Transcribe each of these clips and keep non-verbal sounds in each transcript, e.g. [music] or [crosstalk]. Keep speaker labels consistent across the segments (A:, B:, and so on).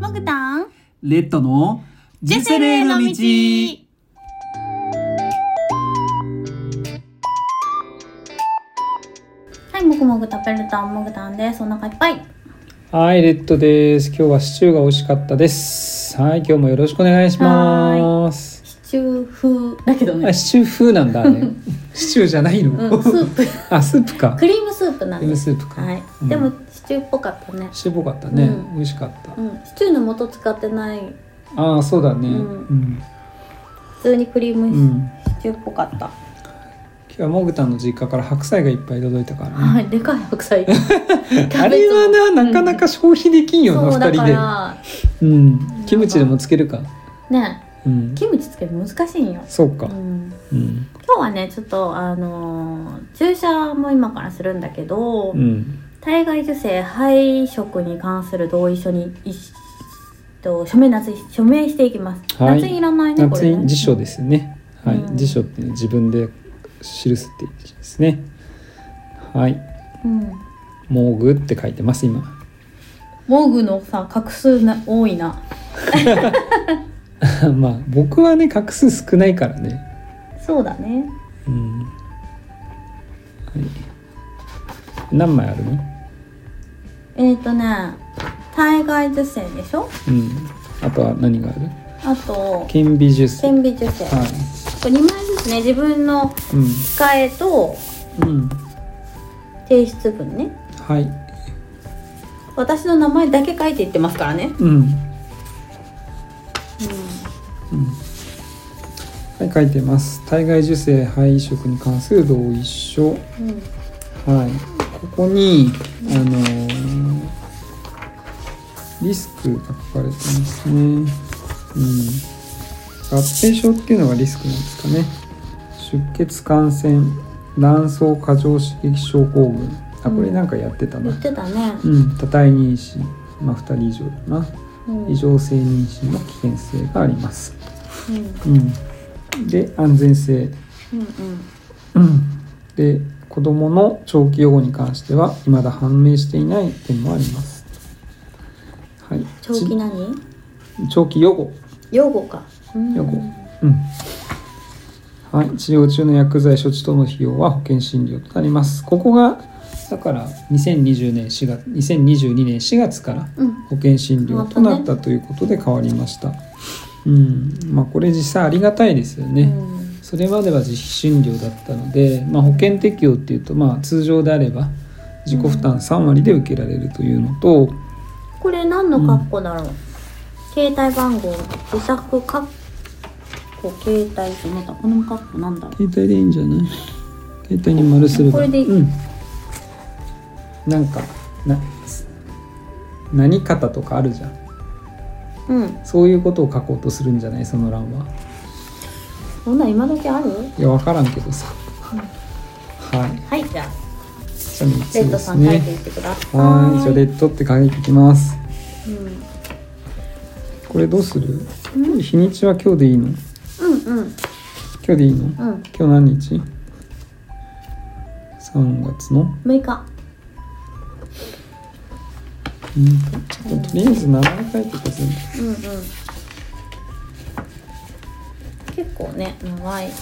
A: モグタン
B: レッドの
A: ジェセルへの道はい、もぐもぐ食べるたんもぐたんです。お腹いっぱい。
B: はい、レッドです。今日はシチューが美味しかったです。はい、今日もよろしくお願いします。
A: シチュー風だけど
B: あ、
A: ね。
B: シチュー風なん
A: [laughs]
B: だね。シチューじゃないの。
A: うん、スープ。
B: [laughs] あ、スープか。
A: クリームスープな
B: ク
A: ん
B: リ
A: で
B: ーム
A: す。
B: スープか。
A: はい、
B: うん
A: でもシチューっぽかったね。
B: シチューっぽかったね。
A: うん
B: 美味しかった
A: う。ん、シチューの素使ってない。
B: あー、そうだね。う
A: うん
B: ん。
A: 普通にクリー
B: う
A: ム
B: ん。
A: シチューっぽかった。
B: 今日はモグタンの実家から白菜がいっぱい届いたからね。
A: はい、でかい白
B: [laughs]
A: 菜。
B: あれはな、なかなか消費できんよな、
A: そう
B: 二
A: だ
B: 人
A: か
B: で。
A: ら
B: うん。キムチでもつけるか。
A: ね
B: うん。
A: キムチつけるの難しいんよ、
B: そうか
A: う。ん、
B: うん。
A: 今日はねちょっとあのー注射も今からするんだけど、
B: うん。
A: 体外受精肺移植に関する同意書にいしと署名なつ署名していきます、
B: はい
A: 夏いらないねこ
B: 夏
A: れ
B: に
A: ね
B: 辞書ですね。はい、
A: うん
B: 辞書っていうのは自分で記すって意味ですね。はい、
A: うん
B: モーグって書いてます今。 [laughs]
A: モグのさ画数な多いな
B: まあ僕はね画数少ないからね。
A: そうだね
B: うん。はい。何枚あるの？
A: えっ、ー、とね体外受精でしょ
B: うん。あとは何がある？
A: あと
B: 顕微授精。は
A: 顕微授精、
B: い。
A: これ2枚ずつね自分の使えと
B: うん。うん。
A: 提出分ね
B: はい。
A: 私の名前だけ書いていってますからね、
B: うん。はい書いてます。体外受精肺移植に関する同意書。
A: うんうん、
B: はい、ここに、あのーリスクが書かれてますね。うん、合併症っていうのがリスクなんですかね。出血感染、卵巣過剰刺激症候群。あ、これなんかやってたな。
A: 言ってたね、
B: うん、多体妊娠、まあ、2人以上だな。
A: うん
B: 異常性妊娠の危険性があります。
A: うん
B: うん、で、安全性。
A: うんうん
B: うん、で子どもの長期養護に関しては未だ判明していない点もあります。はい、
A: 長期
B: じ
A: 何
B: 長期養護、
A: 用語か、うん
B: 養護、うんはい、治療中の薬剤処置等の費用は保険診療となります。ここがだから2020年4月2022年4月から
A: うん
B: 保険診療となったということで変わりました。うん、まあこれ実際ありがたいですよね。
A: うん
B: それまでは自費診療だったので、まあ、保険適用っていうと、まあ、通常であれば自己負担3割で受けられるというのと、
A: これ何の括弧だろう、携帯番号自宅括弧携帯ってねこの括弧なんだろ
B: 携帯でいいんじゃない携帯に丸すれば
A: これでいい
B: うん、なんかな何方とかあるじゃん
A: ううん
B: そういうことを書こうとするんじゃないその欄は
A: そんなん今時ある
B: いや分からんけどさ、はい
A: はいじゃあ
B: じゃあ3つ
A: レッド
B: で
A: さ
B: す
A: ん書いてい
B: ね
A: ってください
B: はいじゃあレッドって書いていきます
A: う
B: これどうする日にちは今日でいいの
A: ん、うんうん
B: 今日でいいの
A: うん
B: 今日何日 ?3 月の
A: 6日
B: うんとちょっととりあえず名前書いてください
A: うんうん結構ね長い
B: うん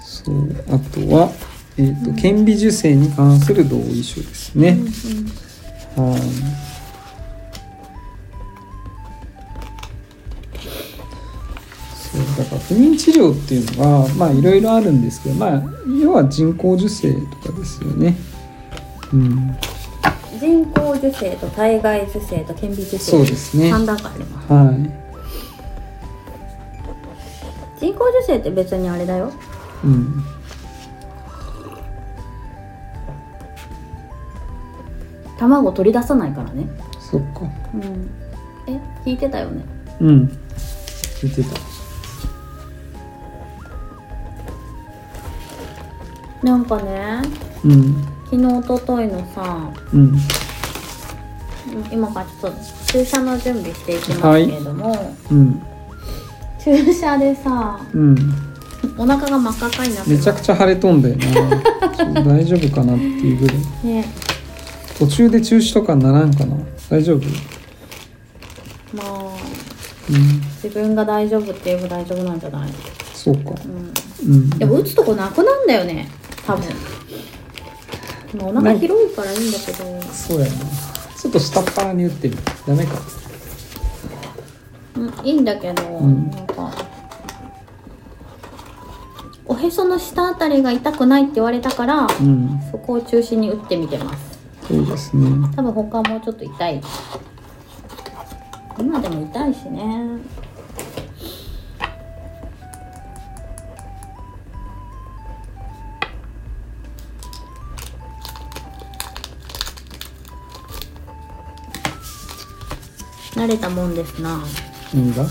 B: そうあとはえっ、と顕微授精に関する同意書ですね、はいそうだから不妊治療っていうのはまあいろいろあるんですけどまあ要は人工授精とかですよねうん
A: 人工受精と体外受精と顕微授精
B: そうですね
A: 3段階あります
B: は
A: 人工受精って別にあれだよ
B: い。うん。
A: 卵取り出さないからね
B: そっか。
A: うんえ聞いてたよね
B: うん。聞いてた。
A: なんかね
B: うん。
A: 昨日おとといのさ
B: うん。
A: うー今からちょっと注射の準備していきますけれども、
B: うん
A: 注射でさ
B: うん
A: お腹が真っ赤っかになって
B: めちゃくちゃ腫れとんだよなちょっと大丈夫かなっていうぐらい
A: ゃね
B: 途中で中止とかにならんかな大丈夫うん
A: まあ自分が大丈夫って言えば大丈夫なんじゃない、
B: そうか
A: うん、
B: うん
A: でも打つとこなくなんだよね多分まあお腹広いからいいんだけど
B: そうやなちょっと下っ腹に打ってみるダメか
A: うんいいんだけど、
B: ん
A: なんかおへその下あたりが痛くないって言われたから
B: うん
A: そこを中心に打ってみてます
B: そうですね
A: 多分他もうちょっと痛い今でも痛いしね慣れたもんですな
B: 何が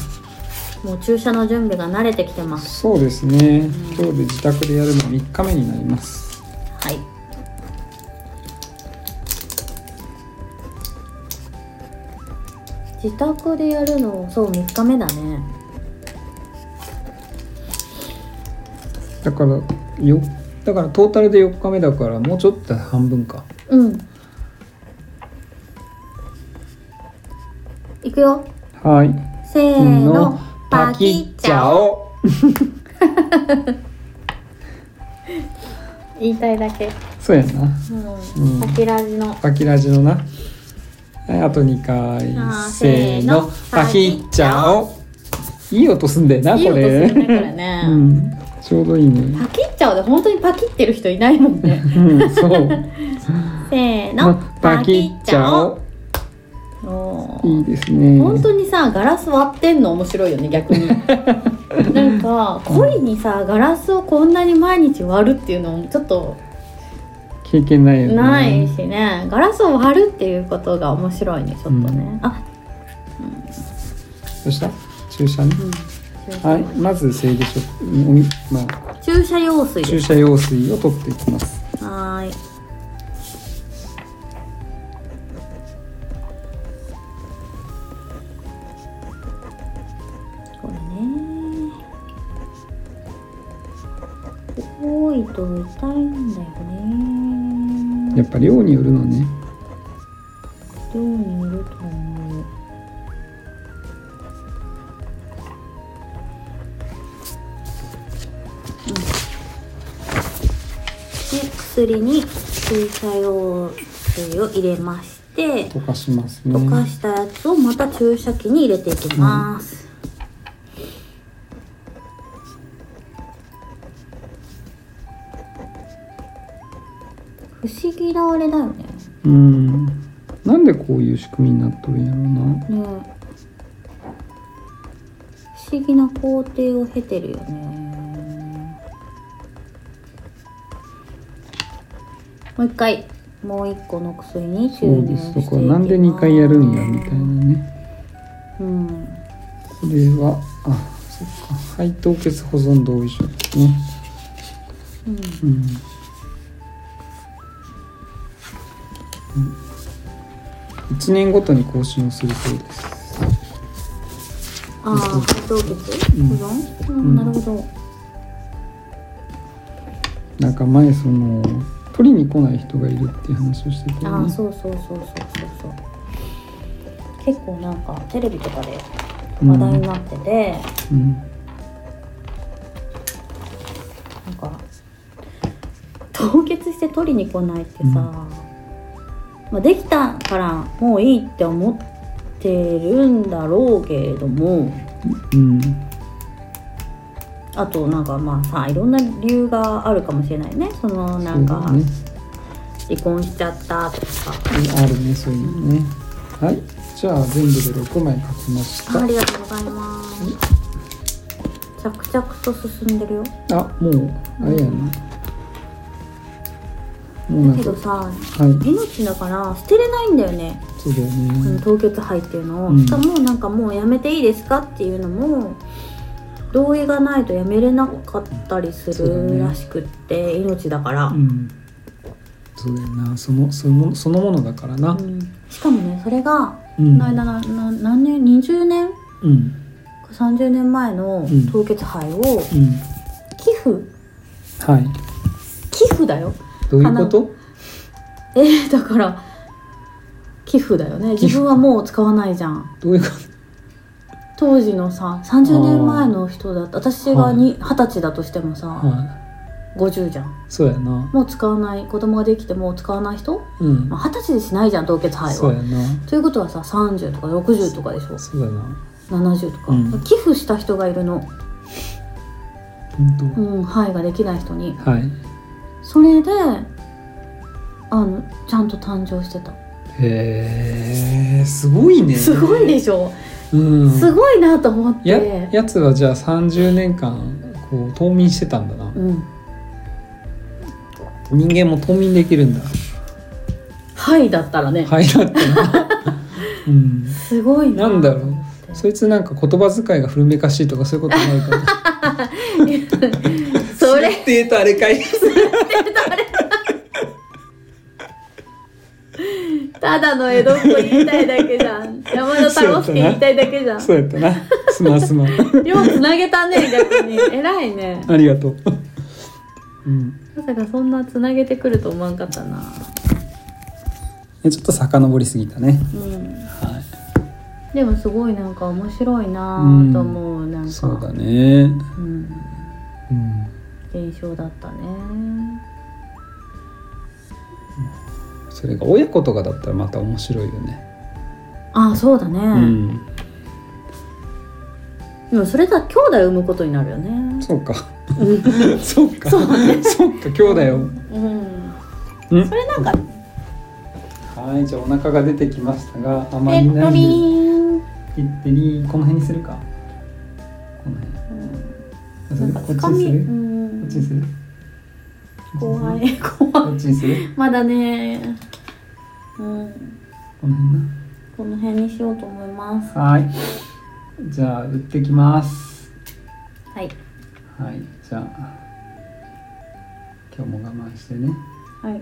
A: もう注射の準備が慣れてきてます
B: そうですね今日で自宅でやるの3日目になります
A: はい自宅でやるのそう3日目だね
B: だからよだからトータルで4日目だからもうちょっと半分か
A: うんいくよ
B: はい
A: せーのパキッ
B: ッ
A: チャオ
B: オ
A: 言いたいだけ
B: そうやな
A: うんパキラジの
B: パキラジのなはいあと2回
A: あー
B: せーの
A: せーの
B: パキッチャオいい音すんだよない
A: い
B: こ
A: 音す
B: れ
A: るねこれね、
B: うんちょうど
A: [laughs]
B: いいね
A: パキッチャオで本当にパキってる人いないもんね
B: [laughs] うんそう
A: せーの
B: パキッチャオ
A: オおー
B: いいですね
A: 本当にさガラス割ってんの面白いよね逆
B: [laughs]
A: になんか恋にさガラスをこんなに毎日割るっていうのもちょっと
B: 経験ないよね
A: ないしねガラスを割るっていうことが面白いねちょっとね、あ
B: どうした注射ね
A: 注射,、
B: はいまず生理食おみまあ
A: 注射用水で
B: 注
A: す
B: 射用水を取っていきます
A: はーいこれね多いと痛いんだよね
B: やっぱ量によるのね
A: 量によると思ううんで薬に注射用水を入れまして
B: 溶かしますね
A: 溶かしたやつをまた注射器に入れていきます、不思議なあれだよね
B: うんなんでこういう仕組みになっとるんやろうな
A: ね不思議な工程を経てるよねもう一回もう一個の薬に注
B: そう
A: 入
B: で
A: してい
B: す
A: きま
B: と
A: す
B: かなんで2回やるんやみたいなね
A: うん
B: これはあそっか肺凍結保存同意書ですね
A: うん
B: うん、うん、1年ごとに更新をするそうです
A: ああ肺凍結保存、うんなるほど
B: なんか前その取りに来ない人がいるっていう話をしてた
A: あ
B: よ
A: あ
B: ね
A: そうそうそうそうそうそう結構なんかテレビとかで
B: うん
A: 話題になってて、
B: うん
A: なんか凍結して取りに来ないってさ、
B: うん
A: まあ、できたからもういいって思ってるんだろうけれども
B: うん
A: あとなんかまあさいろんな理由があるかもしれないねそのなんか
B: そうだね
A: 離婚しちゃったとかさ
B: あるねそういうのねはいじゃあ全部で6枚書きまし
A: あありがとうございます着々と進んでるよ
B: たあもうあれやなもうなん
A: け
B: か
A: どさ
B: はい
A: 命だから捨てれないんだよね
B: そうだよ
A: その
B: ね
A: 凍結肺っていうのを、
B: うん
A: しかもなんかもうやめていいですかっていうのも同意がないとやめれなかったりす
B: そうだね
A: るらしくって、命だから、
B: うんそうだよなそのそのそのものだからな
A: うんしかもねそれが
B: うん
A: この間なな何年20年か
B: うん
A: 30年前の
B: ん
A: 凍結杯を
B: うん
A: 寄付
B: はい
A: 寄付だよ
B: どういうこと
A: えー、だから寄付だよね自分はもう使わないじゃん
B: どういうこ
A: 当時のさ30年前の人だった私がに二十歳だとしてもさ、
B: とはい
A: 50じゃん
B: そうやな
A: もう使わない子供ができてもう使わない人
B: うん
A: まあ二十歳でしないじゃん凍結肺
B: そう
A: は
B: やな
A: ということはさ30とか60とかでしょ
B: そうやな
A: 70とか、
B: うん
A: 寄付した人がいるのう
B: 本
A: ん肺ができない人に
B: 当はい
A: それであのちゃんと誕生してた
B: へえすごいね
A: すごいでしょ、
B: うん
A: すごいなと思って
B: ややつはじゃあ30年間こう冬眠してたんだな
A: うん
B: 人間も冬眠できるんだ
A: はいだったらね、
B: はいだってな
A: [laughs]
B: うん
A: すごいな
B: なんだろうそ
A: そ
B: いつなんか言葉遣いが古めかしいとかそういうことないかな
A: [laughs] それ
B: 知って言うとあれかい
A: ただの江戸っ子言いたいだけじゃん山田太郎介言いたいだけじゃん
B: そうやったなすまんすまん [laughs]
A: ようつなげたね逆に偉いね
B: ありがとううん
A: まさかそんなつなげてくると思わんかったな
B: えちょっと遡りすぎたね
A: うん
B: は
A: でもすごいなんか面白いなぁと思う、なん
B: い
A: か
B: そうだね
A: うん
B: うん
A: 現象だったね
B: それが親子とかだったらまた面白いよね
A: あそうだね、
B: うん、
A: でもそれだ兄弟産むことになるよね
B: そうか
A: うん
B: [laughs] そうか
A: そうね
B: そうか兄弟を
A: うん
B: うん
A: それなんか
B: はいじゃあお腹が出てきましたがあま
A: ペ
B: り
A: ッ
B: な
A: ト
B: い
A: リ
B: で
A: ーン
B: ペッテリーこの辺にするかこの辺
A: なんか
B: こっ
A: つ
B: ち
A: か
B: に
A: み
B: す
A: う
B: る
A: ん
B: こっちにする
A: 怖
B: こ [laughs]
A: い怖い
B: っちにする
A: まだねうん
B: この辺な
A: この辺にしようと思います
B: はいじゃあ打ってきます
A: はい
B: はいじゃあ今日も我慢してね
A: はい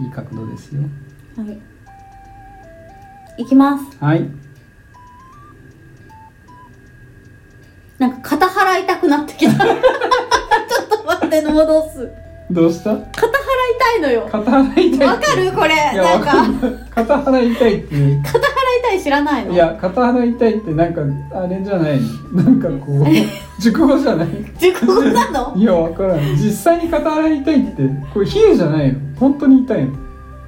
B: いい角度ですよ
A: はいいきます
B: はい
A: なんか肩払いたくなってきた [laughs] ちょっと待って戻す
B: どうした
A: 肩払いたいのよ
B: 肩払いたい
A: わかるこれ
B: いや
A: な
B: わ
A: んか
B: か
A: 払い
B: んない肩払いたいっていう
A: たい知らないの
B: いや肩払いたいってなんかあれじゃないのなんかこう熟語じゃない
A: 熟語なの
B: [laughs] いやわからん実際に肩洗いたいってこれ比喩じゃないの本当に痛いの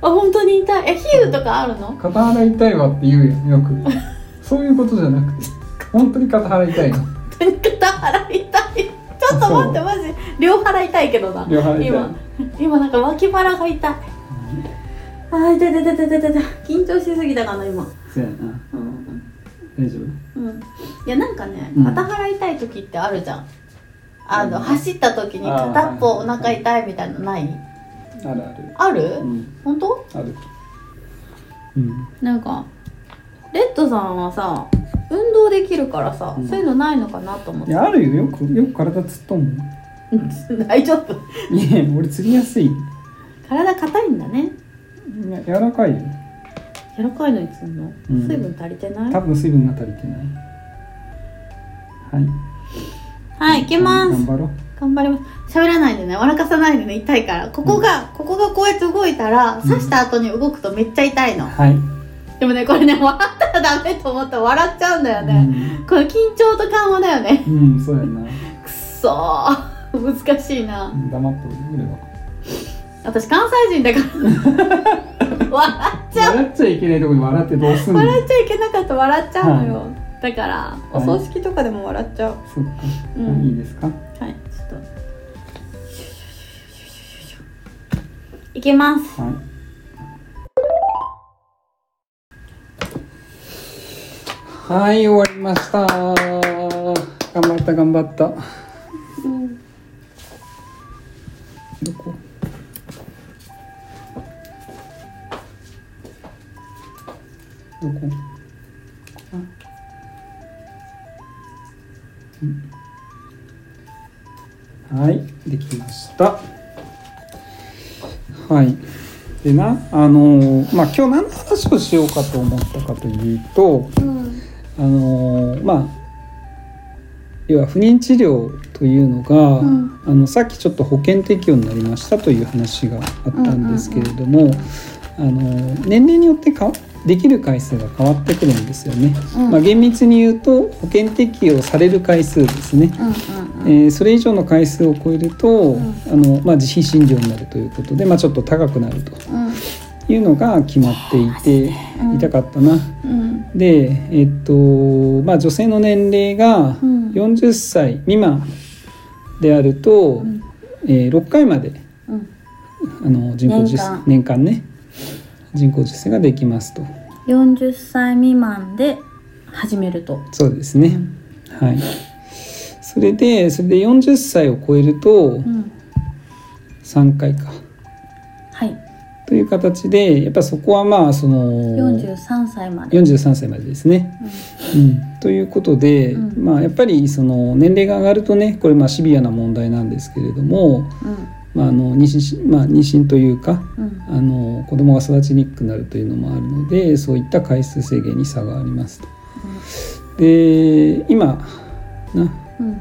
A: あ本当に痛いえ比喩とかあるの
B: 肩洗いたいわって言うやんよくそういうことじゃなくて本当に肩洗いたいの
A: 肩払いたいちょっと待ってマジ両払いたいけどな
B: 両払いたい
A: 今今なんか脇腹が痛いあー痛い痛い痛い痛い痛い痛い緊張しすぎたかな今
B: そうやな
A: うん
B: 大丈夫
A: うんいやなんかね
B: うん
A: 肩払いたい時ってあるじゃんあの
B: うん
A: 走った時に
B: あー
A: 片っぽ
B: は
A: お
B: いはい
A: 腹痛いみたいなのない
B: あるある
A: ある
B: うん
A: 本当
B: あるうん
A: なんかレッドさんはさ運動できるからさ、
B: うん
A: そういうのないのかなと思っ
B: い
A: て
B: やあるよよくよく体つっとんもん
A: [laughs] 大丈夫
B: いや俺釣りやすいい
A: 体硬いんだね
B: や柔らかいよ
A: 柔らかいのにすんの、
B: うん
A: 水分足りてない
B: 多分水分が足りてないはい
A: はい行きます
B: 頑張ろう
A: 頑張ります喋らないでね笑かさないでね痛いからここが、ここがこうやって動いたら
B: うん
A: 刺した後に動くとめっちゃ痛いの、
B: はい、
A: でもねこれね笑ったらダメと思ったら笑っちゃうんだよね、この緊張と緩和だよね
B: うん、うん、そうやな
A: くっそー難しいな
B: 黙っとる俺は
A: 私関西人だから笑っちゃう
B: 笑っちゃいけないとこに笑ってどうすんの
A: 笑っちゃいけなかったら笑っちゃうのよ、だからお
B: い
A: 葬式とかでも笑っちゃう
B: そっか、
A: うん
B: いいですか
A: はいちょっといきます
B: はい。はい、終わりました。頑張った、頑張った。どこ。どこ。あうんはい、できました。はい。ででなあのまあ今日何の話をしようかと思ったかというと
A: うん
B: あのまあ要は不妊治療というのが、
A: うん
B: あのさっきちょっと保険適用になりましたという話があったんですけれども、あの年齢によってかできる回数が変わってくるんですよね。
A: うん
B: まあ、厳密に言うと保険適用される回数ですね。
A: うんうん
B: えーそれ以上の回数を超えると、
A: ん
B: あのまあ、自費診療になるということで、まあ、ちょっと高くなると
A: うん
B: いうのが決まっていて、
A: うん
B: 痛かったな。
A: うん
B: で、えっとまあ、女性の年齢が
A: うん
B: 40歳未満であると、
A: うん
B: えー6回まで
A: うん
B: あの人工授精年間ね人工授精ができますと
A: 40歳未満で始めると
B: そうですね、はいそれでそれで40歳を超えると
A: うん
B: 3回か。
A: はい
B: という形でやっぱそこはまあその
A: 43歳まで
B: 43歳までですね。うん、ということで、
A: うん
B: まあ、やっぱりその年齢が上がるとねこれまあシビアな問題なんですけれども、
A: うん
B: まああの妊娠しまあ、妊娠というか
A: うん
B: あの子供が育ちにくくなるというのもあるのでそういった回数制限に差がありますと。で今
A: う
B: な
A: んうん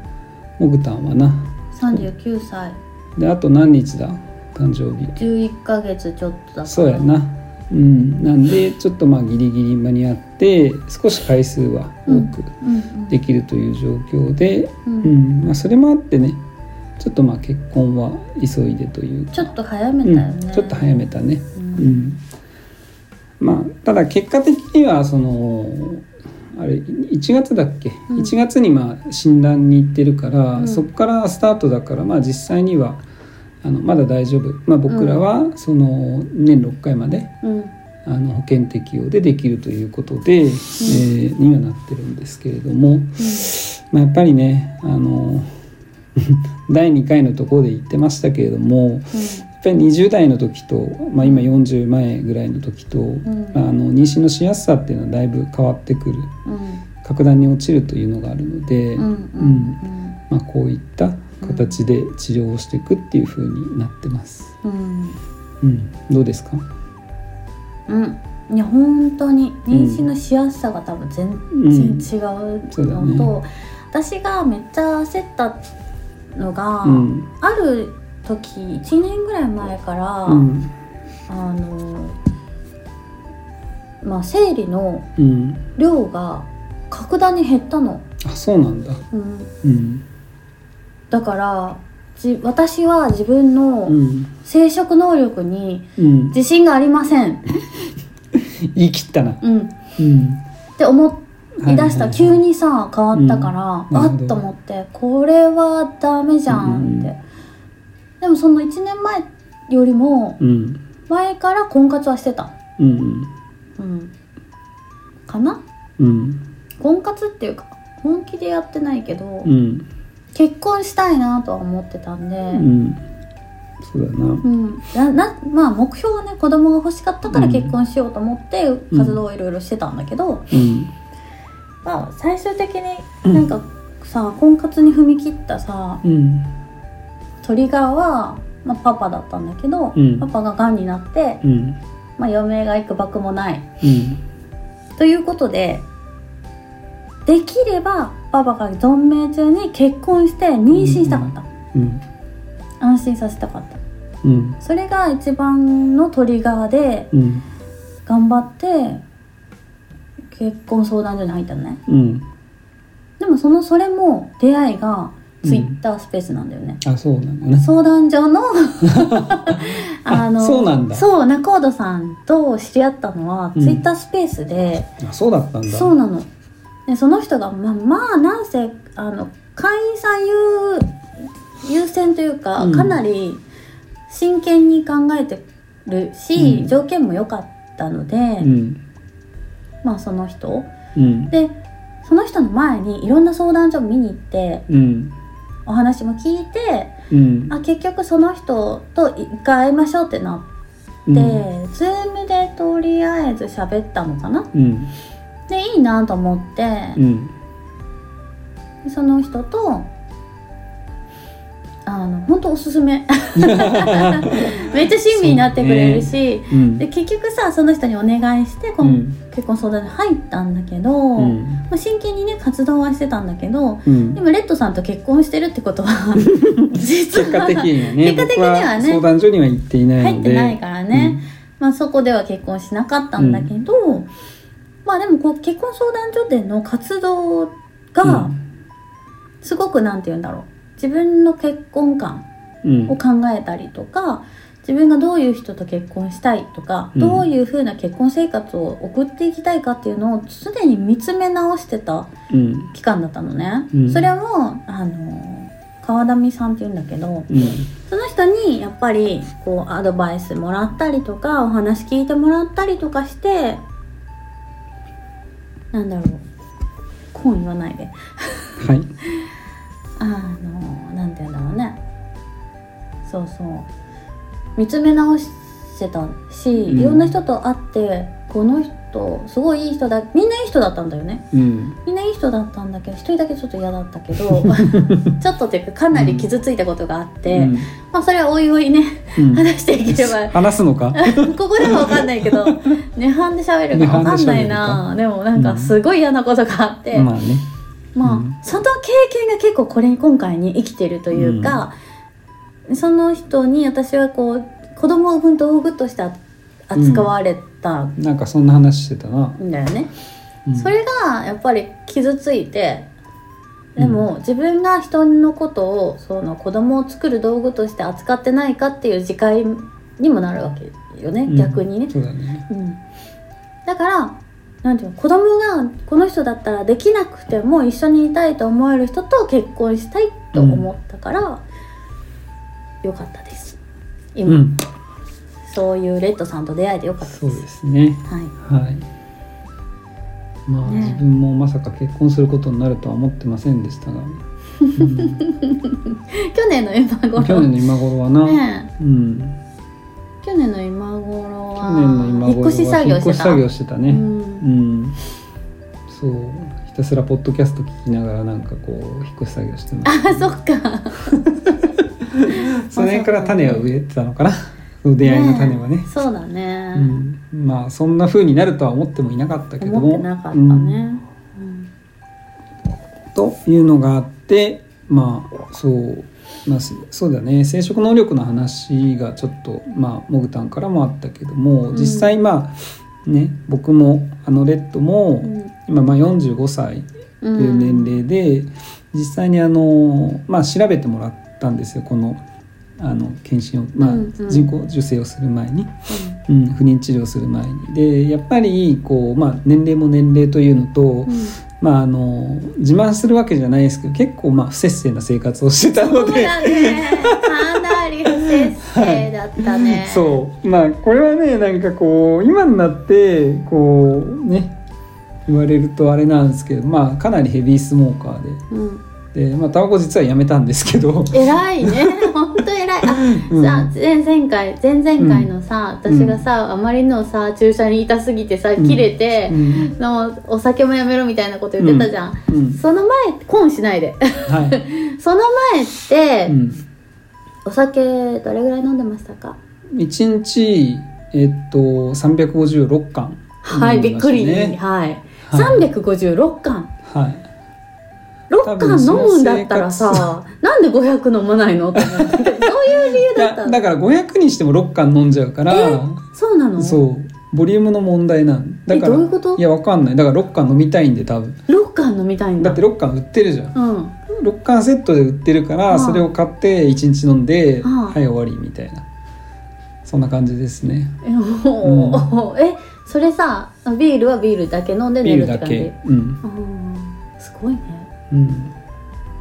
B: モグタンはな
A: 39歳
B: であと何日だ誕生日。
A: 11ヶ月ちょっとだから
B: そうやな、うん、なんでちょっとまあギリギリ間に合って少し回数は多く
A: うんうん
B: できるという状況で、
A: う
B: うんんまあ、それもあってねちょっとまあ結婚は急いでというか
A: ちょっと早めたよね、
B: うん、ちょっと早めたね、
A: う
B: うんんまあ、ただ結果的にはそのあれ1月だっけ、
A: うん
B: 1月にまあ診断に行ってるから、
A: うん
B: そこからスタートだから、まあ、実際にはあのまだ大丈夫、まあ、僕らはその年6回まで、
A: うん
B: あの保険適用でできるということで、えーにはなってるんですけれども、まあ、やっぱりねあの [laughs] 第2回のところで言ってましたけれどもやっぱり20代の時と、まあ、今40前ぐらいの時と、
A: ん
B: まあ、あの妊娠のしやすさっていうのはだいぶ変わってくる
A: うん
B: 格段に落ちるというのがあるので、
A: うんうんうん
B: まあ、こういった形で治療をしていくっていう風になってます。
A: うん
B: うん、どうですか、
A: うんいや本当に妊娠のしやすさが多分全
B: うん
A: 然違うのと、
B: そうだね
A: 私がめっちゃ焦ったのが、
B: うん
A: ある時1年ぐらい前から、
B: うん
A: あのまあ生理の
B: うん、
A: 量が格段に減ったの、
B: あそうなんだ、
A: うん、
B: うん
A: だからじ私は自分の
B: うん
A: 生殖能力に
B: うん、
A: 自信がありません、
B: 言い切ったな。
A: うん、っ
B: うん、
A: て思
B: はいい
A: 出した、
B: はい
A: 急にさ変わったから、
B: うんなる
A: あ
B: ほ
A: っ
B: ど
A: と思ってこれはダメじゃんって、
B: うん
A: でもその1年前よりも
B: うん、
A: 前から婚活はしてた、
B: うん、
A: うん、かな
B: うん、
A: 婚活っていうか本気でやってないけど、
B: うん、
A: 結婚したいなとは思ってたんで、
B: うん、そうだな。
A: うん、ななまあ目標はね子供が欲しかったから
B: うん
A: 結婚しようと思って
B: ん
A: 活動をいろいろしてたんだけど、
B: うん、
A: まあ最終的になんかさ、婚活に踏み切ったさ
B: うん、
A: トリガーは、まあ、パパだったんだけど、
B: うん
A: パパががんになって、
B: うん、
A: まあ、余命がいくばくもない
B: うん、
A: ということでできればパパが存命中に結婚して妊娠したかった、
B: うん、
A: 安心させたかった
B: うん、
A: それが一番のトリガーで
B: うん、
A: 頑張って結婚相談所に入ったのね
B: うん、
A: でもそのそれも出会いが
B: うん
A: ツイッタースペースなんだよね、
B: あ、そうなんだね。
A: 相談所のあの
B: [laughs] あそうなんだ
A: そう仲人さんと知り合ったのは
B: うん
A: ツイッタースペースで、
B: あ、そうだったんだ。
A: そうなのでその人がまあまあなんせあの会員さん優優先というか、
B: うん
A: かなり真剣に考えてるし、
B: うん
A: 条件も良かったので、
B: うん、
A: まあその人
B: うん、
A: でその人の前にいろんな相談所見に行って
B: うん、
A: お話も聞いて
B: うん、
A: あ結局その人と一回会いましょうってなって、ズームでとりあえず喋ったのかな
B: うん、
A: でいいなと思って
B: う、ん、
A: その人とあの本当おすすめ [laughs] めっちゃ親身になってくれるし、
B: うん
A: で結局さその人にお願いしてこ
B: う
A: の、
B: ん
A: 結婚相談に入ったんだけど、
B: うん
A: まあ、真剣にね活動はしてたんだけど
B: うん
A: 今レッドさんと結婚してるってこと
B: [laughs]
A: は実
B: 結
A: は
B: 果的にはね
A: 結果的にはね
B: 僕相談所には行っていない
A: 入っ
B: ので
A: てないからね、まあ、そこでは結婚しなかったんだけど、まあでもこう結婚相談所での活動がすごくなんて言うんだろう自分の結婚観
B: うん
A: を考えたりとか自分がどういう人と結婚したいとか、
B: うん
A: どういうふうな結婚生活を送っていきたいかっていうのを常に見つめ直してた
B: うん
A: 期間だったのね。
B: うん
A: それもあの川上さんって言うんだけど
B: うん
A: その人にやっぱりこうアドバイスもらったりとかお話聞いてもらったりとかしてなんだろうこう言わないで
B: はい
A: あのなんて言うんだろうねそうそう見つめ直してたし、
B: ん
A: いろんな人と会ってこの人すごいいい人だみんないい人だったんだよね
B: うん
A: みんないい人だったんだけど一人だけちょっと嫌だったけ [laughs] どちょっとっていうかかなり傷ついたことがあって、
B: うん
A: まあそれはおいおいね
B: うん
A: 話していければ
B: 話すのか
A: [laughs] ここでもわかんないけ [laughs] ど涅槃で喋るかわかんないなでもなんかすごい嫌なことがあって、
B: まあね
A: まあ、
B: うん
A: その経験が結構これ今回に生きてるというか、その人に私はこう子供を産む道具として扱われたん
B: なんかそんな話してたな、
A: だよね、
B: うん
A: それがやっぱり傷ついて
B: うん
A: でも、自分が人のことをその子供を作る道具として扱ってないかっていう自戒にもなるわけよね、
B: うん
A: 逆にね、
B: そうだね
A: うん、だからなんていうの子供がこの人だったらできなくても一緒にいたいと思える人と結婚したいと思ったから、よかったです今、
B: うん
A: そういうレッドさんと出会えてよかった
B: そう
A: です
B: ですね
A: はい
B: はいまあ、
A: ね
B: 自分もまさか結婚することになるとは思ってませんでしたが、うん
A: 去年の今頃
B: 去年の今頃はな、
A: ね
B: うん、
A: え去年の今頃
B: 去年の
A: は
B: 今頃
A: 引っ
B: は
A: 越し作
B: 引
A: 業
B: っ
A: して
B: 越
A: た
B: し作業してたね、
A: うん
B: うん、そうひたすらポッドキャスト聞きながらなんかこう引っ越し作業してまし
A: あそっか
B: たその辺から種は植えてたのかなその出会いの種はね
A: えそうだね、
B: うん、まあそんな風になるとは思ってもいなかったけど
A: 思
B: も
A: ってなかったね、うん
B: うんというのがあってまあそうまあ、すそうだね生殖能力の話がちょっとまあモグタンからもあったけども、
A: うん
B: 実際まあね僕もあのレッドも、今まあ45歳
A: う
B: と
A: ん
B: いう年齢で、実際にあの、まあ、調べてもらったんですよこのあの検診を、まあ
A: うんうん
B: 人工授精をする前に、うん、不妊治療をする前に。でやっぱりこう、まあ、年齢も年齢というのと、
A: うんうん
B: まあ、あの自慢するわけじゃないですけど結構まあ不摂生な生活をしてた
A: そ
B: の
A: う
B: で。
A: だね。かなり不摂生だったね。
B: そうまあこれはねなんかこう今になってこうね言われるとあれなんですけどまあかなりヘビースモーカーで
A: うん。
B: でまあタバコ実はやめたんですけど、
A: 偉い
B: [laughs]
A: ね。本当偉い。あ、
B: うん
A: さ、前々回、前々回のさ、
B: うん
A: 私がさ、あまりのさ、注射に痛すぎてさ、切れて
B: う。ん
A: の、お酒もやめろみたいなこと言ってたじゃん。
B: うん、
A: その前、コンしないで。 [laughs]
B: は
A: その前って、
B: い、うん、
A: お酒どれぐらい飲んでましたか。
B: 1日えっと356巻
A: はい、びっくり。
B: ね
A: はい。
B: は
A: 三
B: い
A: 百五十六巻。
B: はい
A: 6缶飲むんだったら
B: 多分
A: さなんで500飲まないのって思ってそういう理由だ
B: だ
A: った
B: だから500にしても6巻飲んじゃうから、
A: そうなの
B: そうボリュームの問題なんだから
A: えどういうこと
B: やわかんないだから6巻飲みたいんで多分
A: 6缶飲みたいんだ
B: だって6巻売ってるじゃん
A: うんは
B: 6巻セットで売ってるか
A: あ
B: ら
A: あ
B: それを買って1日飲んで
A: ああ
B: はい終わりみたいなそんな感じですね
A: えおーえそれさビールはビールだけ飲んで
B: ビ
A: 寝
B: ー
A: るって
B: ルだ
A: 感じ
B: けうん
A: うんすごいね
B: うん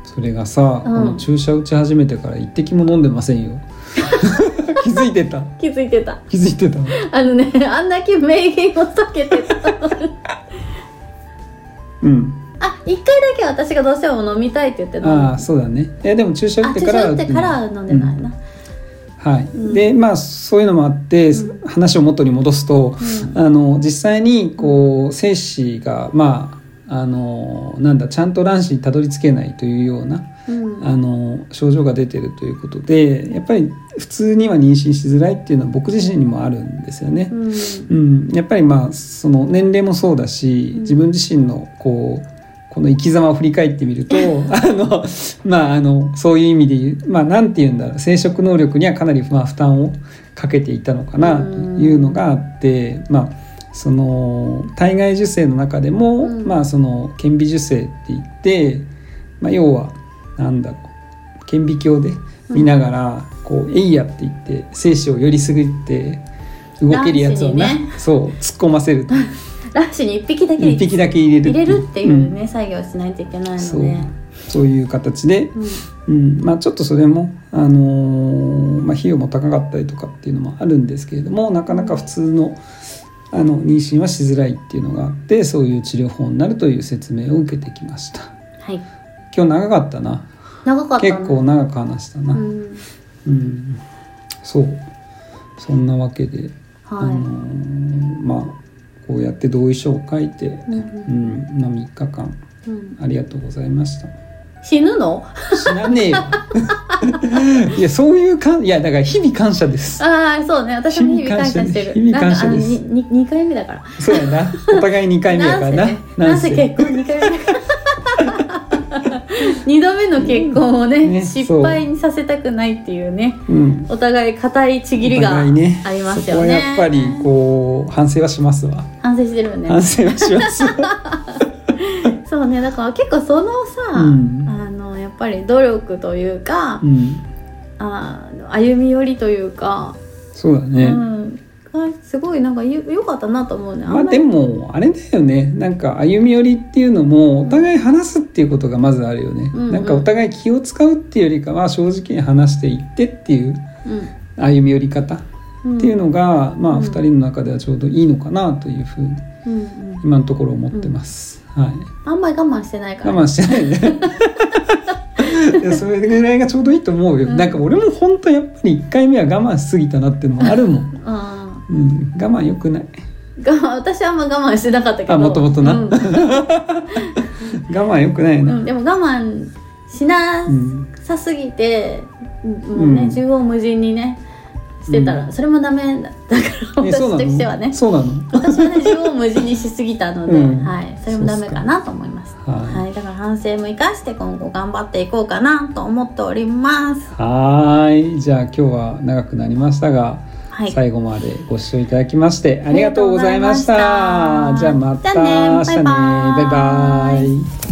B: それがさ、
A: うん
B: この注射打ち始めてから一滴も飲んでませんよ [laughs] 気づいてた
A: 気づいてた
B: 気づいてた
A: あのねあんだけ名言を避けてた
B: うん
A: [laughs] あ一回だけ私がどうしても飲みたいって言って飲んだ
B: ああそうだねいやでも注射打
A: あ
B: って
A: 注
B: から
A: 射打ってから飲んでないな、
B: はい、
A: うん
B: でまあそういうのもあって、
A: う
B: 話を元に戻すと、
A: う
B: あの実際にこう精子がまああのなんだちゃんと卵子にたどり着けないというような
A: うん
B: あの症状が出てるということでやっぱり普通には妊娠しづらいっていうのは僕自身にもあるんですよね。
A: うん
B: うん、やっぱりまあその年齢もそうだし
A: うん
B: 自分自身のこうこの生き様を振り返ってみると [laughs] あのまああのそういう意味で言うまあなんて言うんだろう生殖能力にはかなりまあ負担をかけていたのかなというのがあって、まあその体外受精の中でも、
A: うん
B: まあその顕微授精って言って、まあ、要はなんだろう顕微鏡で見ながら、こう「えいや」って言って精子をよりすぐって動けるやつをな、
A: 卵子に
B: そう突っ込ませる
A: [laughs] 卵子に一匹だけ
B: 一匹だけ入れる
A: 入れるっていうね、
B: ん
A: 作業をしないといけないので
B: そうそういう形で、
A: うん
B: うんまあ、ちょっとそれも、あのーまあ、費用も高かったりとかっていうのもあるんですけれどもなかなか普通のあの妊娠はしづらいっていうのがあってそういう治療法になるという説明を受けてきました
A: はい
B: 今日長かったな
A: 長かったね
B: 結構長く話したな、
A: うん
B: うん、そうそんなわけで、あの
A: は
B: ーまあこうやって同意書を書いて、
A: い、うん
B: うんまあ、3日間
A: うんうん
B: ありがとうございました。
A: 死ぬの
B: 死なねえよ。 [laughs] いやそういうかんいやだから日々感謝です。
A: ああそうね私も日々感謝してる
B: 日々感謝です
A: なんかあのにに二回目だから
B: そうやな。お互い2回目やからな。
A: なんせねなんせ結婚二回目だから二度目の結婚をね
B: ね
A: 失敗にさせたくないっていうね
B: うん。
A: お互い固いちぎり
B: お
A: があ
B: 互いね
A: ります
B: そこ
A: よ
B: は
A: ね
B: やっぱりこう反省はしますわ。
A: 反省してるよね
B: 反省はしますわ。
A: そうねだから結構そのさ、
B: うん
A: あのやっぱり努力というか、
B: うん。
A: あの歩み寄りというか、
B: そうだね。
A: うん、がすごいなんかよ良かったなと思うね
B: まあ
A: ん
B: でもあれだよねなんか歩み寄りっていうのもお互い話すっていうことがまずあるよね、
A: うんうん
B: なんかお互い気を使うっていうよりかは正直に話していってっていう歩み寄り方
A: うん、
B: っていうのが、ま
A: う
B: あ
A: ん
B: 2人の中ではちょうどいいのかなというふうに
A: うん、うんうん、
B: 今のところ思ってます、はい
A: あんまり我慢してないから、
B: 我慢してない
A: [laughs]
B: ねいやそれぐらいがちょうどいいと思うよ、
A: うん
B: なんか俺も本当やっぱり1回目は我慢しすぎたなっていうのもあるもん、
A: うん
B: うん、我慢よくない
A: 我慢私はあんま [laughs] 我慢してなかったけど
B: あもともとな
A: うん
B: 我慢よくないな、 [laughs]
A: うんでも我慢しな
B: うん
A: さすぎて、もうね、
B: うん
A: 縦横無尽にねしてたら、
B: うん
A: それもダメだだから
B: え
A: 私
B: そう
A: と
B: な
A: してはね
B: のそうなの
A: 私はね縦横無尽にしすぎたので、
B: うん
A: はい、それもダメかなと思います
B: はい
A: はい、だから反省も生かして今後頑張っていこうかなと思っております
B: はーいじゃあ今日は長くなりましたが、
A: はい
B: 最後までご視聴いただきましてありがとうございました
A: ありがとうございました
B: じゃあまた
A: じゃあね
B: 明日ね
A: バイバイ
B: バイバイ